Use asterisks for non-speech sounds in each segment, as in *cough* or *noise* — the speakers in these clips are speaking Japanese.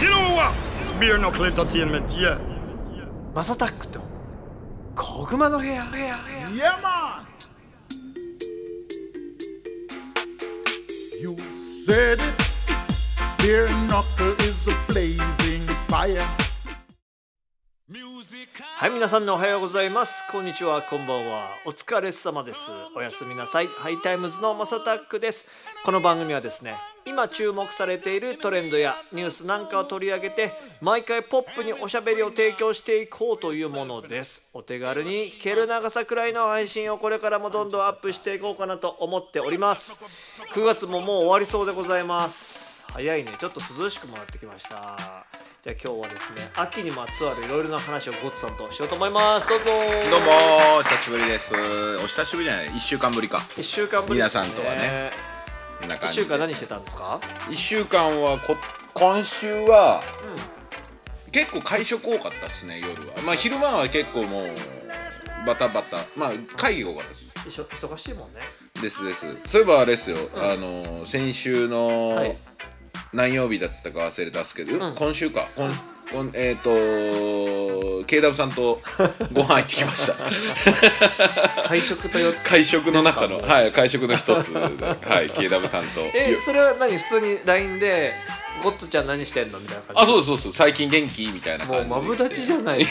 You know what? It's beer knuckle entertainment, yeah. マサタックと小熊の部屋部屋部屋 Yeah, man. You said it. Beer knuckle is a blazing fire. はい皆さんのおはようございますこんにちはこんばんはお疲れ様ですおやすみなさいハイタイムズのマサタックですこの番組はですね今注目されているトレンドやニュースなんかを取り上げて毎回ポップにおしゃべりを提供していこうというものですお手軽にケル長さくらいの配信をこれからもどんどんアップしていこうかなと思っております9月ももう終わりそうでございます早いねちょっと涼しくもなってきましたじゃあ今日はですね秋にまつわるいろいろな話をゴッツさんとしようと思いますどうぞどうもー久しぶりですお久しぶりじゃない1週間ぶりか1週間ぶりです、ね、皆さんとはねこんな1感じ週間何してたんですか1週間はこ今週は、結構会食多かったですね夜はまあ昼間は結構もうバタバタまあ会議が多かったですいしょ忙しいもんねですですそういえばあれですよ、あの先週のはい何曜日だったか忘れたっすけど、今週か今今えっ、と KW さんとご飯行ってきまし *laughs* た会食とよ会食の中の、ですはい、会食の一つで、 *laughs* はい、KW さんと。えそれは何普通に LINE で「ゴッツちゃん何してんの?」みたいな感じあ、そうですそうです、最近元気みたいなも感うじ。マブダチじゃない *laughs* い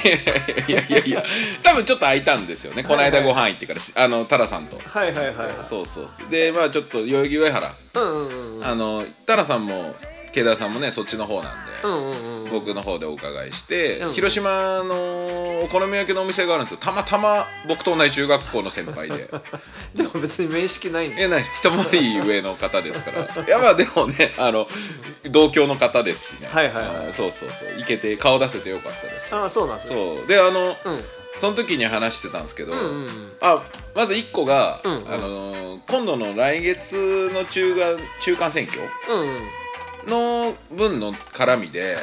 やいやいや、多分ちょっと空いたんですよね、この間ご飯行ってから、あの、タラさんと。はいはいはいそうそうそうで、まあ、ちょっと代々木上原、うんうんうんあの、タラさんも、KW さんもね、そっちの方なんで。うんうんうん僕の方でお伺いして、うん広島のお好み焼きのお店があるんですよたまたま僕と同じ中学校の先輩ででも別に面識ないんでえない一回り上の方ですからいやまあでもねあの同郷の方ですしねはいはいはいあそうそうそういけて顔出せてよかったですしあそうなんですねそうであの、うんその時に話してたんですけど、うんうんあまず1個が、んうんあの今度の来月の中間中間選挙うんうんの分の絡みで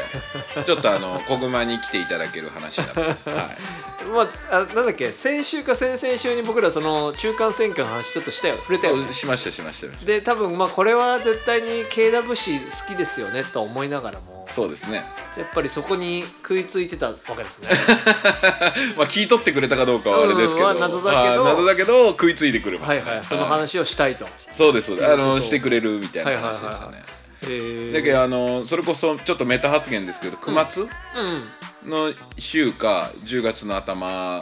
ちょっとあの小熊に来ていただける話になっ *laughs* てます、はい、まあ、あなんだっけ先週か先々週に僕らその中間選挙の話ちょっとしたよ触れたよねそうしましたしましたしましたで多分まあこれは絶対に KW 氏好きですよねと思いながらもそうですねやっぱりそこに食いついてたわけです *laughs* ねまあ聞い取ってくれたかどうかはあれですけど、うんまあ謎だけどまあ謎だけど食いついてくれまはいしたねはいその話をしたいと、そうですそうですあことをのしてくれるみたいなはいはいはい話でしたね。えーだけどあのそれこそちょっとメタ発言ですけど9月うんの週か10月の頭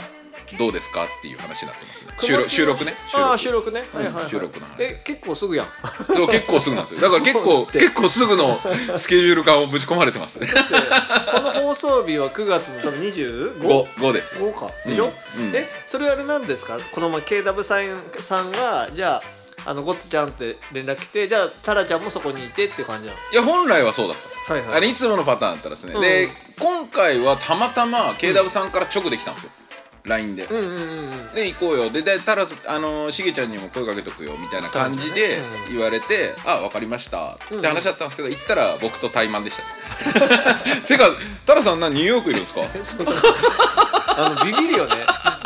どうですかっていう話になってますね。熊収木の録収録ね。ああ収録ね、はいはいはい収録の話え結構すぐやんでも結構すぐなんですよ。だから *laughs* 結そう構だって結構すぐのスケジュール感をぶち込まれて *laughs* ますね。この放送日は9月の多分 25? 5 5ですね。豪華でしょ、うんうんえそれあれなんですかこのまま KW さんさんがじゃああのゴッツちゃんって連絡来てじゃあタラちゃんもそこにいてっていう感じなの *laughs* いや本来はそうだったんです。はいはいあれいつものパターンだったらですね。んで今回はたまたま KW さんから直できたんですよ。LINE で。うんうんうんうんで行こうよででたらあのしげちゃんにも声かけとくよみたいな感じでそうだね言われて「あ分かりました」って話だったんですけど行ったら僕と怠慢でした *laughs* ねせかたらさんなニューヨークいるんですか *laughs* そうあのビビるよね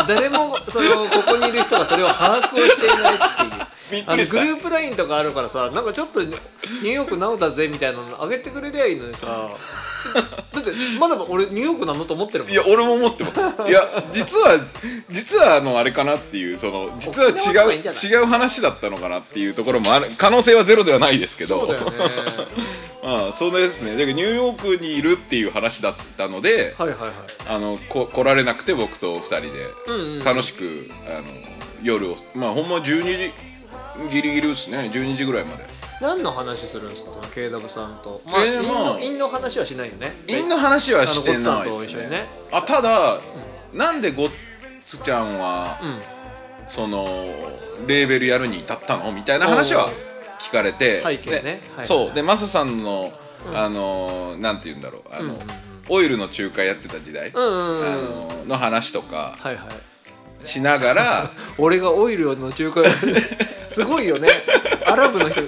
誰もそのここにいる人がそれを把握をしていないっていう。 *laughs* びあっくのりしたグループラインとかあるからさなんかちょっとニューヨークなのだぜみたいなの上げてくれりゃいいのにさだってまだ俺ニューヨークなのと思ってるもんいや俺も思ってますいや実は実はあのあれかなっていうその実は沖縄とかいい違んじゃないう違う話だったのかなっていうところもある可能性はゼロではないですけどそうだよねうん、そうですねだけどニューヨークにいるっていう話だったので、はいはいはいあのこ来られなくて僕と2人んうんで楽しく、あの夜をまあほんま12時ギリギリですね12時ぐらいまで何の話するんですかその KW さんとまあえー陰まあの陰の話はしないよねみんな話はしてあのないゴッツさんとで一緒すねにねあただ、なんでゴッツちゃんは、そのレーベルやるに至ったのみたいな話は聞かれて背景ねではいそうでマサさんの、あのなんて言うんだろうあの、オイルの仲介やってた時代、うんうんうんあのの話とかはいはいしな *laughs* がら俺がオイルの仲介 *laughs* すごいよねアラブの人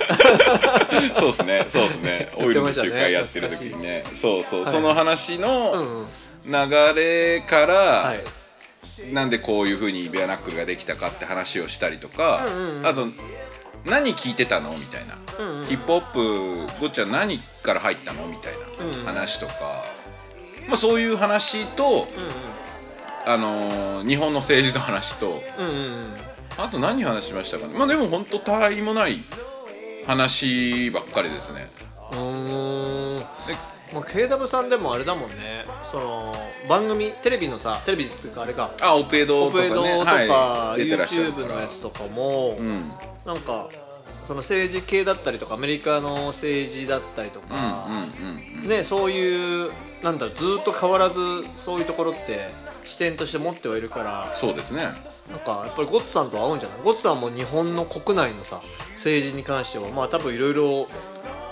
そうですね、そうですね。オイルのやってました仲ね介やってる時にね、そうそう、その話うんうのん流れから、はいなんでこういう風にベアナックルができたかって話をしたりとか、あと。何聞いてたのみたいな、ヒップホップごっちゃん何から入ったのみたいな話とか、まあ、そういう話と、あのー日本の政治の話とうんうんうんあと何話しましたかねまあでも本当他愛もない話ばっかりですねうーんまあ、KW さんでもあれだもんねその番組テレビのさテレビっていうかあれかあオペドオとかねペドとか、はい、出てらっしゃる YouTube からのやつとかも、うんなんかその政治系だったりとかアメリカの政治だったりとか、うんうんね、そういうなんだろうずーっと変わらずそういうところって視点として持ってはいるからそうですねなんかやっぱりゴッツさんと合うんじゃないゴッツさんも日本の国内のさ政治に関してはまあ多分いろいろ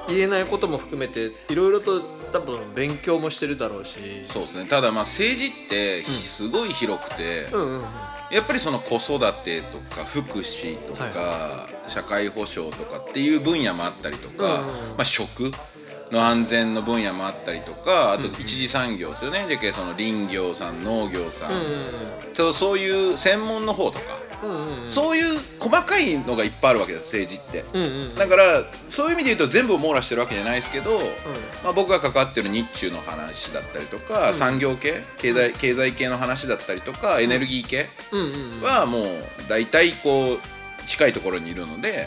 言えないことも含めていろいろと多分勉強もしてるだろうしそうですねただまあ政治ってひすごい広くて、うんうんうんやっぱりその子育てとか福祉とか、社会保障とかっていう分野もあったりとか、まあ、食の安全の分野もあったりとかあと一次産業ですよね、でその林業さん農業さん、そうそういう専門の方とか、そういう細かいのがいっぱいあるわけです政治って、だからそういう意味で言うと全部を網羅してるわけじゃないですけど、まあ、僕が関わってる日中の話だったりとか、産業系経済経済系の話だったりとかエネルギー系、うんうんはもう大体こう近いところにいるので、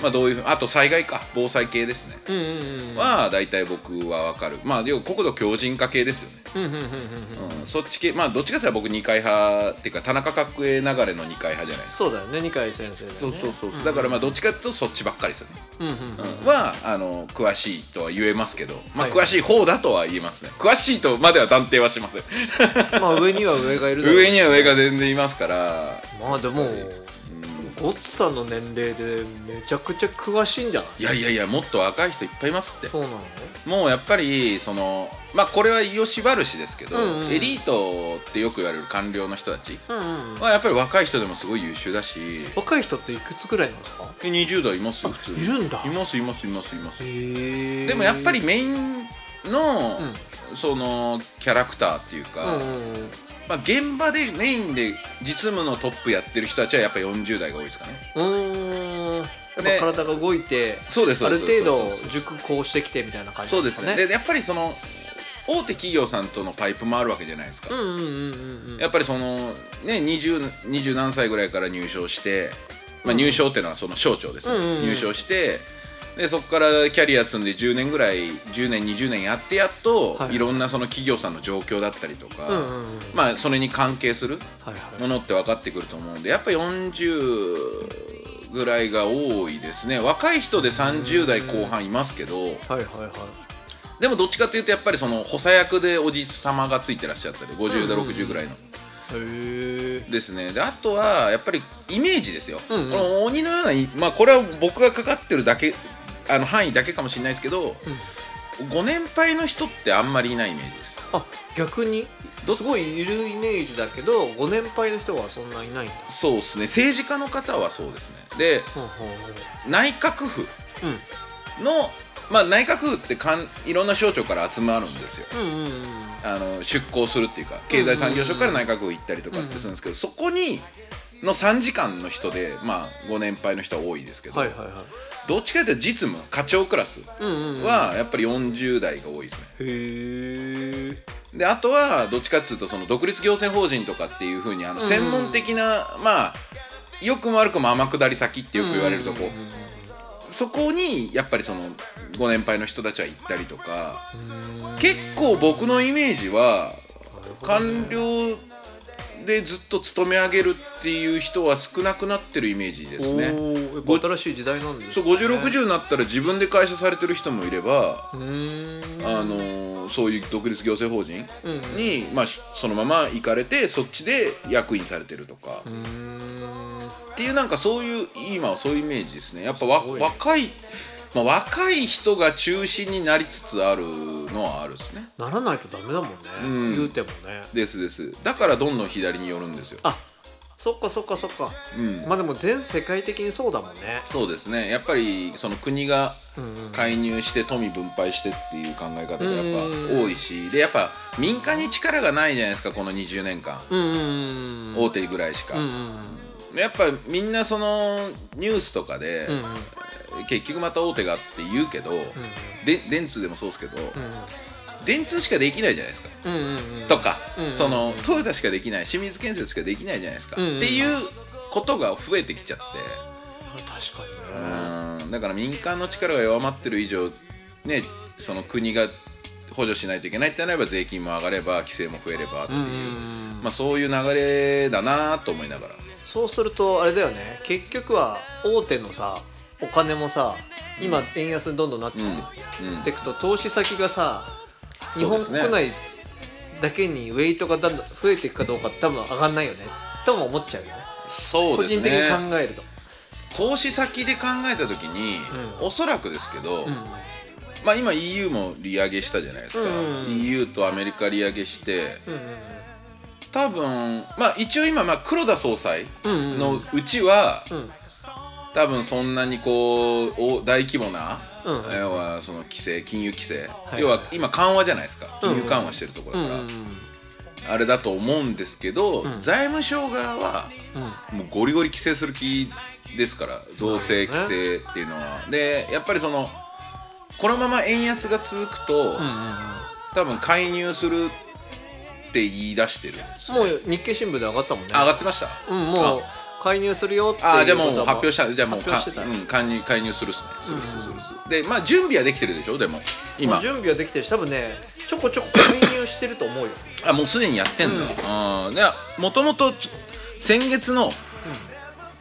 まあどういうふうあと災害か防災系ですうね、んうんうんは大体僕は分かるまあ要は国土強靭化系ですよねうんうんうんうんうん、そっち系まあどっちかというと僕二階派っていうか田中角栄流れの二階派じゃないですかそうだよね二階先生だよねそうそうそう、だからまあどっちかというとそっちばっかりですよね、うんうんうんはあの詳しいとは言えますけどまあはい詳しい方だとは言えますね詳しいとまでは断定はしませんまあ上には上がいるだろう上には上が全然いますからまあでも、ゴッツさんの年齢でめちゃくちゃ詳しいんじゃないいやいやいやもっと若い人いっぱいいますってそうなのねもうやっぱりそのまあこれは伊予縛るしですけど、んうんうんエリートってよく言われる官僚の人たちうんうんうんはやっぱり若い人でもすごい優秀だし若い人っていくつぐらいなんですか20代いますよ普通にいるんだいますいますいますいますへえでもやっぱりメインの、そのキャラクターっていうか、うんうんうんまあ、現場でメインで実務のトップやってる人たちはやっぱ40代が多いですかねうーんやっねぱ体が動いてそうですそあうでるす程そう度ですそうです熟考してきてみたいな感じそうでですすかねねでやっぱりその大手企業さんとのパイプもあるわけじゃないですか、うんうんうんうんうんやっぱりそのね二十二十何歳ぐらいから入賞して、まあ、入賞っていうのはその省庁ですね、うんうんうん入賞してでそこからキャリア積んで10年ぐらい10年20年やってやっと、はいい、ろんなその企業さんの状況だったりとか、うんうんうんまあそれに関係するはいはものって分かってくると思うんでやっぱ40ぐらいが多いですね若い人で30代後半いますけど、いはいはいはいでもどっちかというとやっぱりその補佐役でおじさまがついてらっしゃったり50代60ぐらいの。へえですねであとはやっぱりイメージですよ、うんうんこの鬼のようない、まあ、これは僕がかかってるだけあの範囲だけかもしれないですけど、ご年配の人ってあんまりいないイメージですあ逆にすごいいるイメージだけどご年配の人はそんないないんだそうですね政治家の方はそうですねでほうほうほう内閣府うんの、まあ、内閣府ってかんいろんな省庁から集まるんですようんうんうんあの出向するっていうか経済産業省から内閣府行ったりとかってするんですけど、そこにの3時間の人でまあご年配の人は多いですけど、はいはいはどっちかというと実務課長クラスいうんうんうんはやっぱり40代が多いですねへえであとはどっちかっていうとその独立行政法人とかっていうふうにあの専門的な、まあ良くも悪くも天下り先ってよく言われるとこ、そこにやっぱりそのご年配の人たちは行ったりとか結構僕のイメージは官僚でずっと勤め上げるっていう人は少なくなってるイメージですおね。ーやっぱ新しい時代なんですそねう5060になったら自分で会社されてる人もいれば、うーんあのーそういう独立行政法人うんに、まあ、しそのまま行かれてそっちで役員されてるとか、うーんっていうなんかそういう今はそういうイメージですねやっぱわすごいね若い、まあ、若い人が中心になりつつあるのはあるですねならないとダメだもんね、うん言うてもねですですだからどんどん左に寄るんですよあそっかそっかそっか、うんまあでも全世界的にそうだもんねそうですねやっぱりその国が介入して富分配してっていう考え方がやっぱ多いしでやっぱ民間に力がないじゃないですかこの20年間うんうんうん大手ぐらいしか。うんやっぱみんなそのニュースとかで、結局また大手がって言うけど、で電通でもそうですけど、電通しかできないじゃないですか、うんうんうんとか、そのトヨタしかできない清水建設しかできないじゃないですか、んうんっていうことが増えてきちゃって、あれ確かにねうんだから民間の力が弱まってる以上ねその国が補助しないといけないってなれば税金も上がれば規制も増えればっていう、まあ、そういう流れだなと思いながらそうするとあれだよね結局は大手のさお金もさ今円安にどんどんなってきて,、うんうんくと投資先がさ日そう本ですね国内だけにウェイトがだんだん増えていくかどうか多分上がんないよねとも思っちゃうよねそう個です人ね的に考えると投資先で考えた時に、おそらくですけど、まあ、今 EU も利上げしたじゃないですか、EU とアメリカ利上げして、多分まあ一応今、まあ、黒田総裁のうちは、多分そんなにこうお大規模な、うん要はその規制金融規制、い要は今緩和じゃないですか金融緩和してるところだから、あれだと思うんですけど、財務省側は、もうゴリゴリ規制する気ですから増税規制っていうのは。でやっぱりそのこのまま円安が続くと、多分介入するって言い出してるんですもう日経新聞で上がってたもんねあ上がってましたうん、もう介入するよっていうああじゃあこもうとは発表したじゃあもう発か表してた、うん、介入介入するっすねするっすするっすでまあ準備はできてるでしょでもも今う準備はできてるし多分ねちょこちょこ介入してると思うよあもうすでにやってんだ、あーでもともとちょ先月の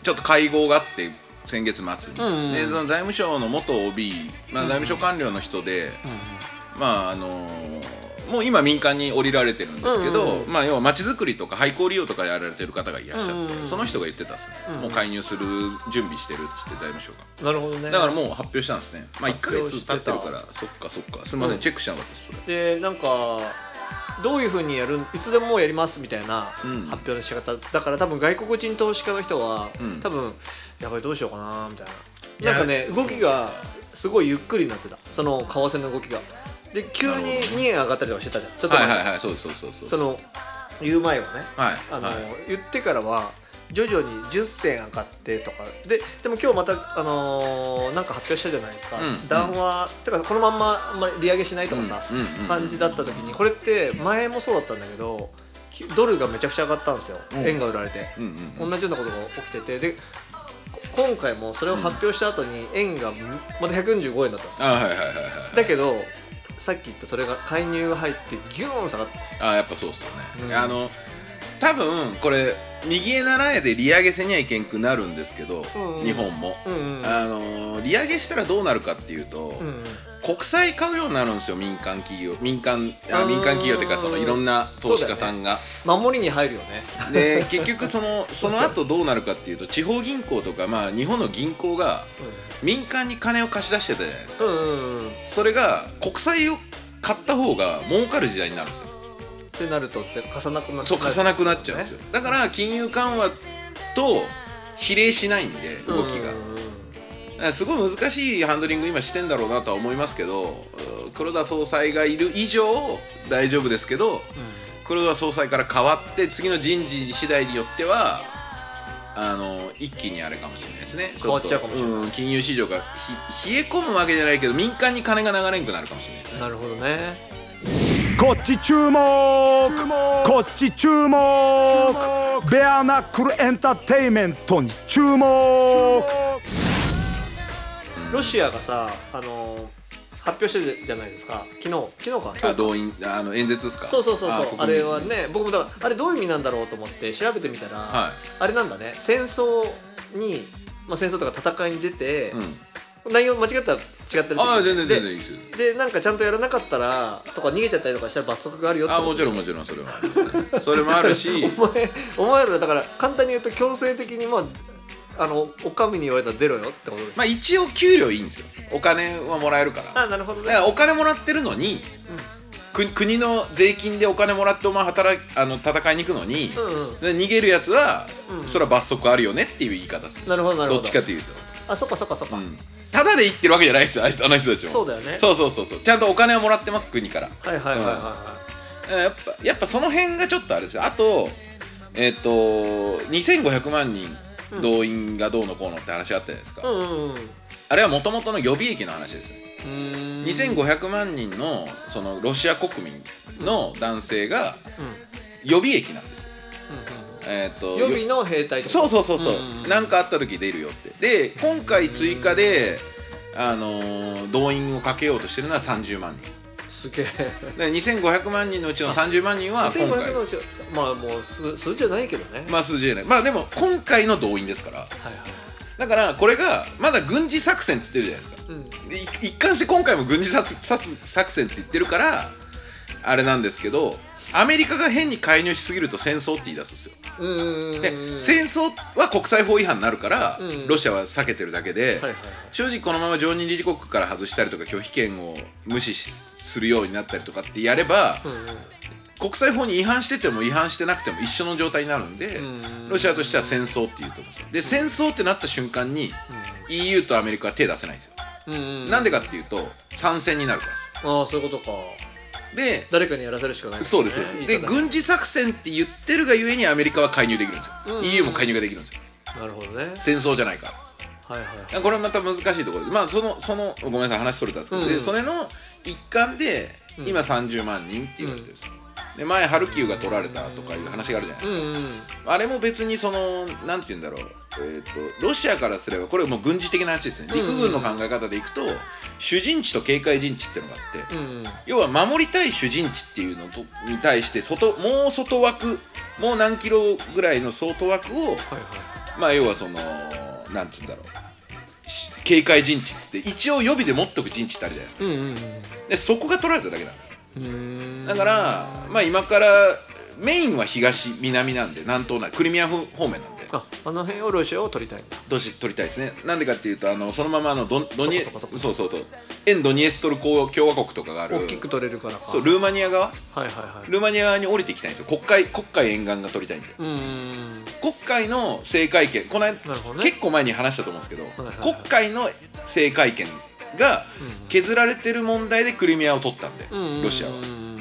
ちょっと会合があって先月末に、でその財務省の元 OB、まあ、財務省官僚の人で、まああのーもう今民間に降りられてるんですけど、まあ、要はまちづくりとか廃校利用とかやられてる方がいらっしゃって、その人が言ってたっすね、もう介入する準備してるっつって財務省なが。るほどねだからもう発表したんですね。まあ1ヶ発表月して経たってるから、そっかそっか。すみません、チェックしなかったです。それでなんかどういうふうにやるいつでももうやりますみたいな発ん表の仕方、だから多分外国人投資家の人は、ん多分やばいどうしようかなみたいいなやなんかね動きがすごいゆっくりになってたその為替の動きがで急に2円上がったりとかしてたじゃんちょっとは前に、いはいはい、そうそうそうそう。その言う前はね、はいあのはい言ってからは徐々に10銭上がってとかででも今日また、あのーなんか発表したじゃないですか、うん談話てかこのまんまあんまり利上げしないとかさ、うんうんうんうん感じだった時にこれって前もそうだったんだけどきドルがめちゃくちゃ上がったんですよ、円が売られて、うんうんうん同じようなことが起きててでこ今回もそれを発表した後に円がまた145円だったんですよあはいはいはいはいだけどさっき言ったそれが介入が入ってギューン下がってあやっぱそうっすようね、んあの多分これ右へ習えで利上げせにはいけんくなるんですけど、うんうん日本も、うんうんあの利上げしたらどうなるかっていうと、うんうん国債買うようになるんですよ民間企業民間ああー民間企業っていうかそのいろんな投資家さんが、守りに入るよねで *laughs* 結局そのその後どうなるかっていうと地方銀行とかまあ日本の銀行が民間に金を貸し出してたじゃないですかうんうんうんっそれが国債を買った方が儲かる時代になるんですよてなるとって貸さなくなっそう貸さなくなっちゃうんですよだから金融緩和と比例しないんで動きうんうんがうんだからすごい難しいハンドリング今してんだろうなとは思いますけどうー黒田総裁がいる以上大丈夫ですけど、黒田総裁から変わって次の人事次第によってはあの一気にあれかもしれないですね変わっちゃうかもしれないょっとん金融市場がひ冷え込むわけじゃないけど民間に金が流れんくなるかもしれないですねなるほどねこっち注目こっち注目ベアナックルエンターテイメントに注目ロシアがさあのー発表してるじゃないですか昨日昨日かあ動員あの演説ですかそうそうそうそう国民あれはね僕もだからあれどういう意味なんだろうと思って調べてみたら、はいあれなんだね戦争に、まあ、戦争とか戦いに出て、うん内容間違ったら違ってるってことああ全然で全然いいですよでなんかちゃんとやらなかったらとか逃げちゃったりとかしたら罰則があるよってあこともちろんもちろんそれはあ *laughs* りますねそれもあ *laughs* るしお前お前らだから簡単に言うと強制的にまああのおかみに言われたら出ろよってことでまあ一応給料いいんですよお金はもらえるからあなるほどだねからお金もらってるのに、く国の税金でお金もらってお前働いあの戦いに行くのに、うんうんで逃げるやつは、それは罰則あるよねっていう言い方ですなるほどなるほどどっちかというと、あそっかそっかそっか、うんただで行ってるわけじゃないですよあいつあの人たちもそうだよねそうそうそうそうちゃんとお金はもらってます国からはいはいはいはいはうんやっぱやっぱその辺がちょっとあれですよあとえっ、と2500万人動員がどうのこうのって話あったじゃないですか、うんうんうんあれはもともとの予備役の話ですね2500万人のそのロシア国民の男性が予備役なんです、えーっと予備の兵隊とかそうそうそうそううんうんなんかあった時出るよってで今回追加で、あのー動員をかけようとしてるのは30万人すげえで2500万人のうちの30万人は今1500回のうちまあもう数数じゃないけどねまあ数字じゃないまあでも今回の動員ですからはいはいだからこれがまだ軍事作戦っつってるじゃないですか、でい一貫して今回も軍事作作作戦って言ってるからあれなんですけどアメリカが変に介入しすぎると戦争って言い出すんですようんうんうんで戦争は国際法違反になるから、んロシアは避けてるだけで、はいはい正直このまま常任理事国から外したりとか拒否権を無視しするようになったりとかってやれば、国際法に違反してても違反してなくても一緒の状態になるんで、ロシアとしては戦争っていうと思うんですよで戦争ってなった瞬間に、EU とアメリカは手出せないんですよ、うんうんなんでかっていうと参戦になるからああそういうことかですで誰かにやらせるしかないもんねそうですそうで言すでい方軍事作戦って言ってるがゆえにアメリカは介入できるんですよ、EU も介入ができるんですよなるほどね戦争じゃないからはいはいはいこれまた難しいところでまあそのそのごめんなさい話それたんですけど、うんでそれの一環で今30万人って言われてるんです、で前ハルキウが取られたとかいう話があるじゃないですうか、んうんあれも別にそのなんて言うんだろうえー、とロシアからすればこれもう軍事的な話ですね陸軍の考え方でいくと、主陣地と警戒陣地っていうのがあって、うん要は守りたい主陣地っていうのとに対して外もう外枠もう何キロぐらいの外枠をはいはまあ要はそのなんつうんだろうし警戒陣地っつって一応予備で持っとく陣地ってあるじゃないですかいうんうんでそこが取られただけなんですようんだからまあ今からメインは東南なんで南東なんでクリミア方面なんでああの辺をロシアを取りたいんだどし取りたいですねなんでかっていうとあのそのままあのドンドニエそこそこそこそうそうそう沿ドニエストル共和国とかがある大きく取れるからかそうルーマニア側はいはいはいルーマニア側に降りていきたいんですよ国会国会沿岸が取りたいんでうんうん国会の政界権この間、なるほどね結構前に話したと思うんですけど、いはいはい国会の政界権が削られてる問題でクリミアを取ったんで、うんうんロシアはうんうん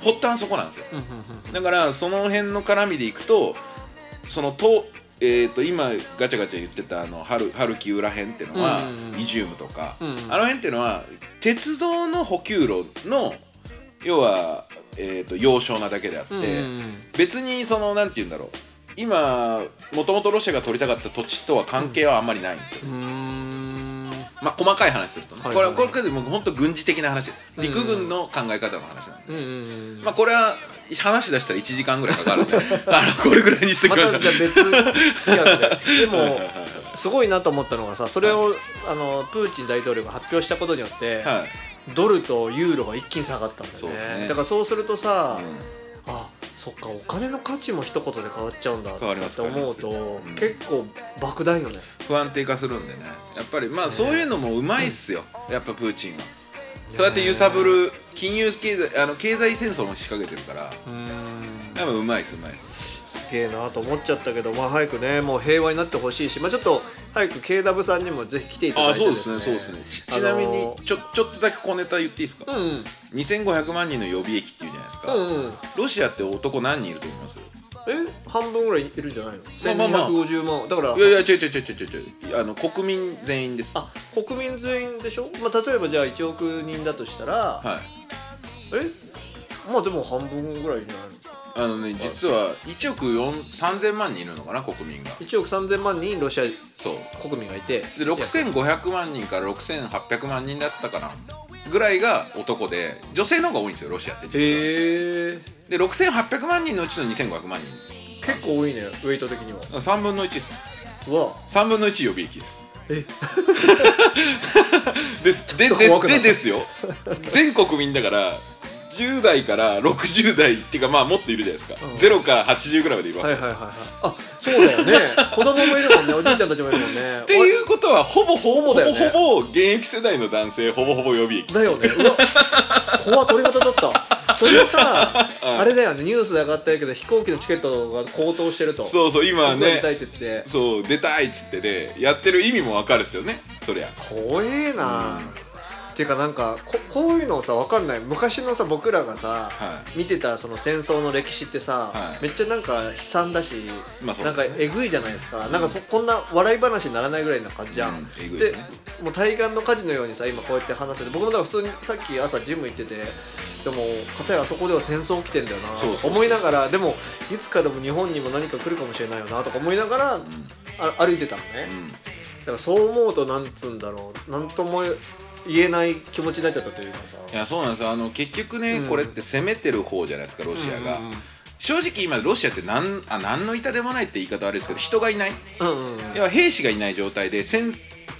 発端そこなんですよ、うんうんだからその辺の絡みでいくとそのと,、えー、と今ガチャガチャ言ってたあのハルハルキウら辺ってのは、イジュームとか、あの辺ってのは鉄道の補給路の要は、えー、と要衝なだけであって、うんうん別にそのなんて言うんだろう今もともとロシアが取りたかった土地とは関係はあんまりないんですうよ、んうーんまあ細かい話するとね、はいはいはいこれこれこれもう本当軍事的な話です陸軍の考え方の話なんうで、んうんまあこれは話し出したら1時間ぐらいかかる *laughs* んであのこれぐらいにしてまくだたさいじゃあ別企画ででもすごいなと思ったのがさそれを、あのプーチン大統領が発表したことによって、はい、ドルとユーロが一気に下がったんだそようねですねだからそうするとさ、うんあそっかお金の価値も一言で変わっちゃうんだって変わります思うと、変わります結構莫大よね不安定化するんでねやっぱりまあそういうのもうまいっすよ、やっぱプーチンはそうやって揺さぶる金融経済あの経済戦争も仕掛けてるからやっぱうまいっすうまいっすすげえなと思っちゃったけどまあ早くねもう平和になってほしいしまあちょっと早く KW さんにもぜひ来ていただあいてそうですねそうですねちちなみあにのーちょちょっとだけ小ネタ言っていいですか、うんうん2500万人の予備役っていうじゃないですか、うんうんロシアって男何人いると思いますえ半分ぐらいいるんじゃないのまあまあまあ1250万だからいやいや違う違う違う違う違うあの国民全員ですはあ国民全員でしょ、まあ、例えばじゃあ1億人だとしたら、いえまあでも半分ぐらいじゃないのあのね実は1億4 3000万人いるのかな国民が1億3000万人ロシアそう国民がいてで6500万人から6800万人だったかなぐらいが男で女性の方が多いんですよロシアって実は、へえで6800万人のうちの2500万人結構多いねウェイト的には3分の1ですうわ3分の1予備役ですえ *laughs* ですでちょでっと怖くなっでたですよ全国民だから10代から60代っていうかまあもっといるじゃないですか、0から80ぐらいまでいるわけ、はいはいはいはいあそうだよ *laughs* ね子供もいるもんねおじいちゃんたちもいるもんねっていうことはほぼほぼほぼほだよぼねほぼ現役世代の男性ほぼほぼ予備役だよねうわ怖っ鳥肌だったそれは *laughs* さ、あれだよねニュースで上がったけど飛行機のチケットが高騰してるとそうそう今僕がやりねたいって言ってそう出たいっつってねやってる意味もわかるっすよねそりゃ怖えな、ていうかなんかここういうのさわかんない昔のさ僕らがさ、はい見てたその戦争の歴史ってさ、はいめっちゃなんか悲惨だし、まあそうなだんねかえぐいじゃないですかなんかそこんな笑い話にならないぐらいな感じじゃん、うんえぐいですねもう対岸の火事のようにさ今こうやって話せて僕もだから普通にさっき朝ジム行っててでも片やあそこでは戦争起きてんだよなそうそうそう思いながらでもいつかでも日本にも何か来るかもしれないよなとか思いながら、あ歩いてたのね、だからそう思うとなんつうんだろうなんとも言えない気持ちになっちゃったというかさいやそうなんですよあの結局ね、これって攻めてる方じゃないですかロシアが、正直今ロシアってなんあ何の痛でもないって言い方悪いですけど人がいないうんうんうん要は兵士がいない状態で戦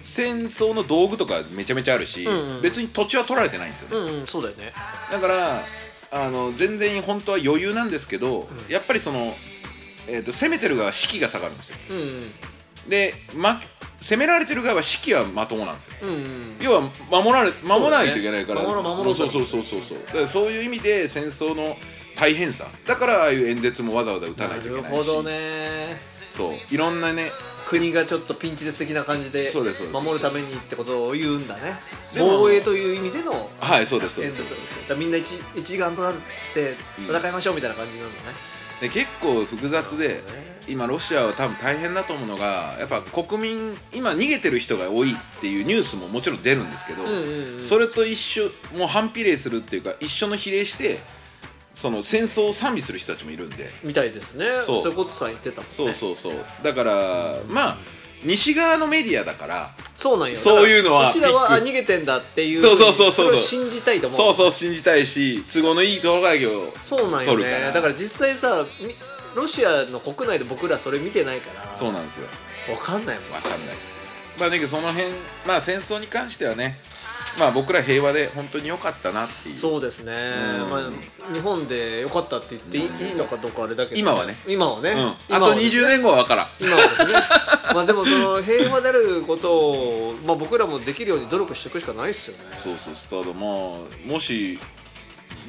戦争の道具とかめちゃめちゃあるし、んうん別に土地は取られてないんですよね、うんうんそうだよねだからあの全然本当は余裕なんですけど、やっぱりその、えー、と攻めてる側は士気が下がるんですようんで、ま、攻められてる側は士気はまともなんですようんうん要は守られ守らないといけないからそうだね守ろう守ろうとそうそうそうそうそうだからそういう意味で戦争の大変さだからああいう演説もわざわざ打たなないといるけないしほどねそういろんなね国がちょっとピンチです的な感じでそうですそうです守るためにってことを言うんだねでも防衛という意味でのはいそうですそう演です説だからみんな一一丸となって戦いましょうみたいな感じなんだねで結構複雑で今ロシアは多分大変だと思うのがやっぱ国民今逃げてる人が多いっていうニュースももちろん出るんですけど、んそれと一緒もう反比例するっていうか一緒の比例してその戦争を賛美する人たちもいるんでみたいですねそうそういうことさん言ってたもんねそうそうそうだから、まあ西側のメディアだからそうなんよそういうのはだからこちらはあピック逃げてんだっていうそうそうそうそうれを信じたいと思うそうそう信じたいし都合のいい動画業をそうなんよ撮るねからだから実際さみロシアの国内で僕らそれ見てないからそうなんですよわかんないもんわかんないですまあだけどその辺まあ戦争に関してはねまあ僕ら平和で本当に良かったなっていうそうですね、うんまあ、日本でよかったって言っていいいいのかどうかあれだけど、今はね今はね、うん、あ今とはね20年後は分からん今はですねまあでもその平和であることを、まあ、僕らもできるように努力していくしかないっすよねそうそうそうただまあもし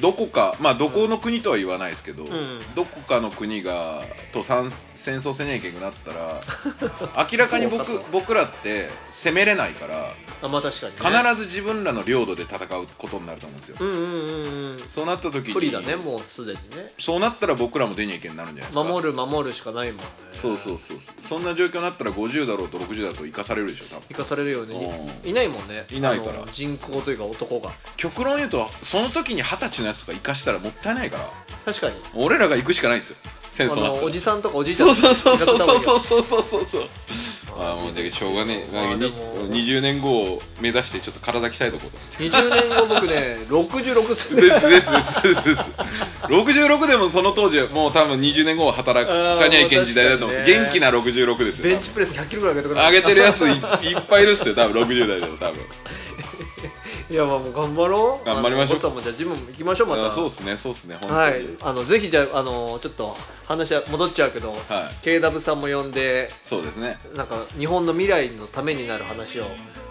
どこかまあどこの国とは言わないですけど、どこかの国がと参戦争せなきゃいけ *laughs* なくなったら明らかに僕そうかと僕らって攻めれないからあまあ確かに、ね、必ず自分らの領土で戦うことになると思うんですよ、うんうんうんうんそうなった時に不利だねもうすでにねそうなったら僕らも出にゃいけになるんじゃないですか守る守るしかないもんねそうそうそうそうそんな状況になったら50だろうと60だと生かされるでしょ多分生かされるよねいいないもんねいないからあの人口というか男が極論言うとその時に二十歳のやつとか生かしたらもったいないから確かに俺らが行くしかないんですよ戦あ争なったのらおじさんとかおじいちゃんそとうかそうそうそうそううそうそうそうそうああもうだけどしょうがねえまあだけでども20年後を目指してちょっと体鍛えとこうと20年後僕ね66歳ですですですですです66でもその当時はもう多分20年後は働かにゃいけん時代だと思うんですあー元気な66ですよベンチプレス100キロぐらい上げてく上げてるやついいっぱいいるっすよ多分60代でも多分いやまあもう頑張ろう頑張りましょうあのお父さんもじゃあジムも行きましょうまあたーそうっすねそうっすね本は当いに、あのぜひじゃああのちょっと話は戻っちゃうけど、KW さんも呼んでそうですねなんか日本の未来のためになる話を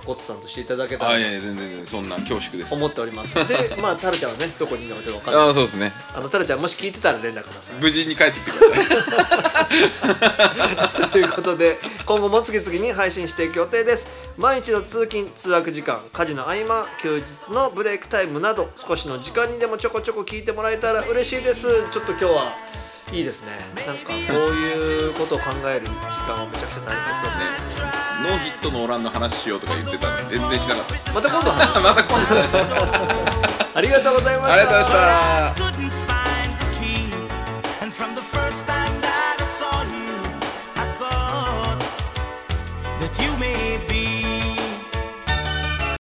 ゴッツさんとしていただけたあらいやいや全然全然そんな恐縮です思っておりますでまあタルちゃんはねどこにいるのかちょっと分かんないああそうですねあのタルちゃんもし聞いてたら連絡ください無事に帰ってきてください *laughs* ということで今後も次々に配信していく予定です毎日の通勤通学時間家事の合間休日のブレイクタイムなど少しの時間にでもちょこちょこ聞いてもらえたら嬉しいですちょっと今日はいいですねなんかこういうことを考える時間はめちゃくちゃ大切だねノーヒットノーランの話しようとか言ってたんで全然しなかったで *laughs* すまた今度話また今度ありがとうございましたありがとうございました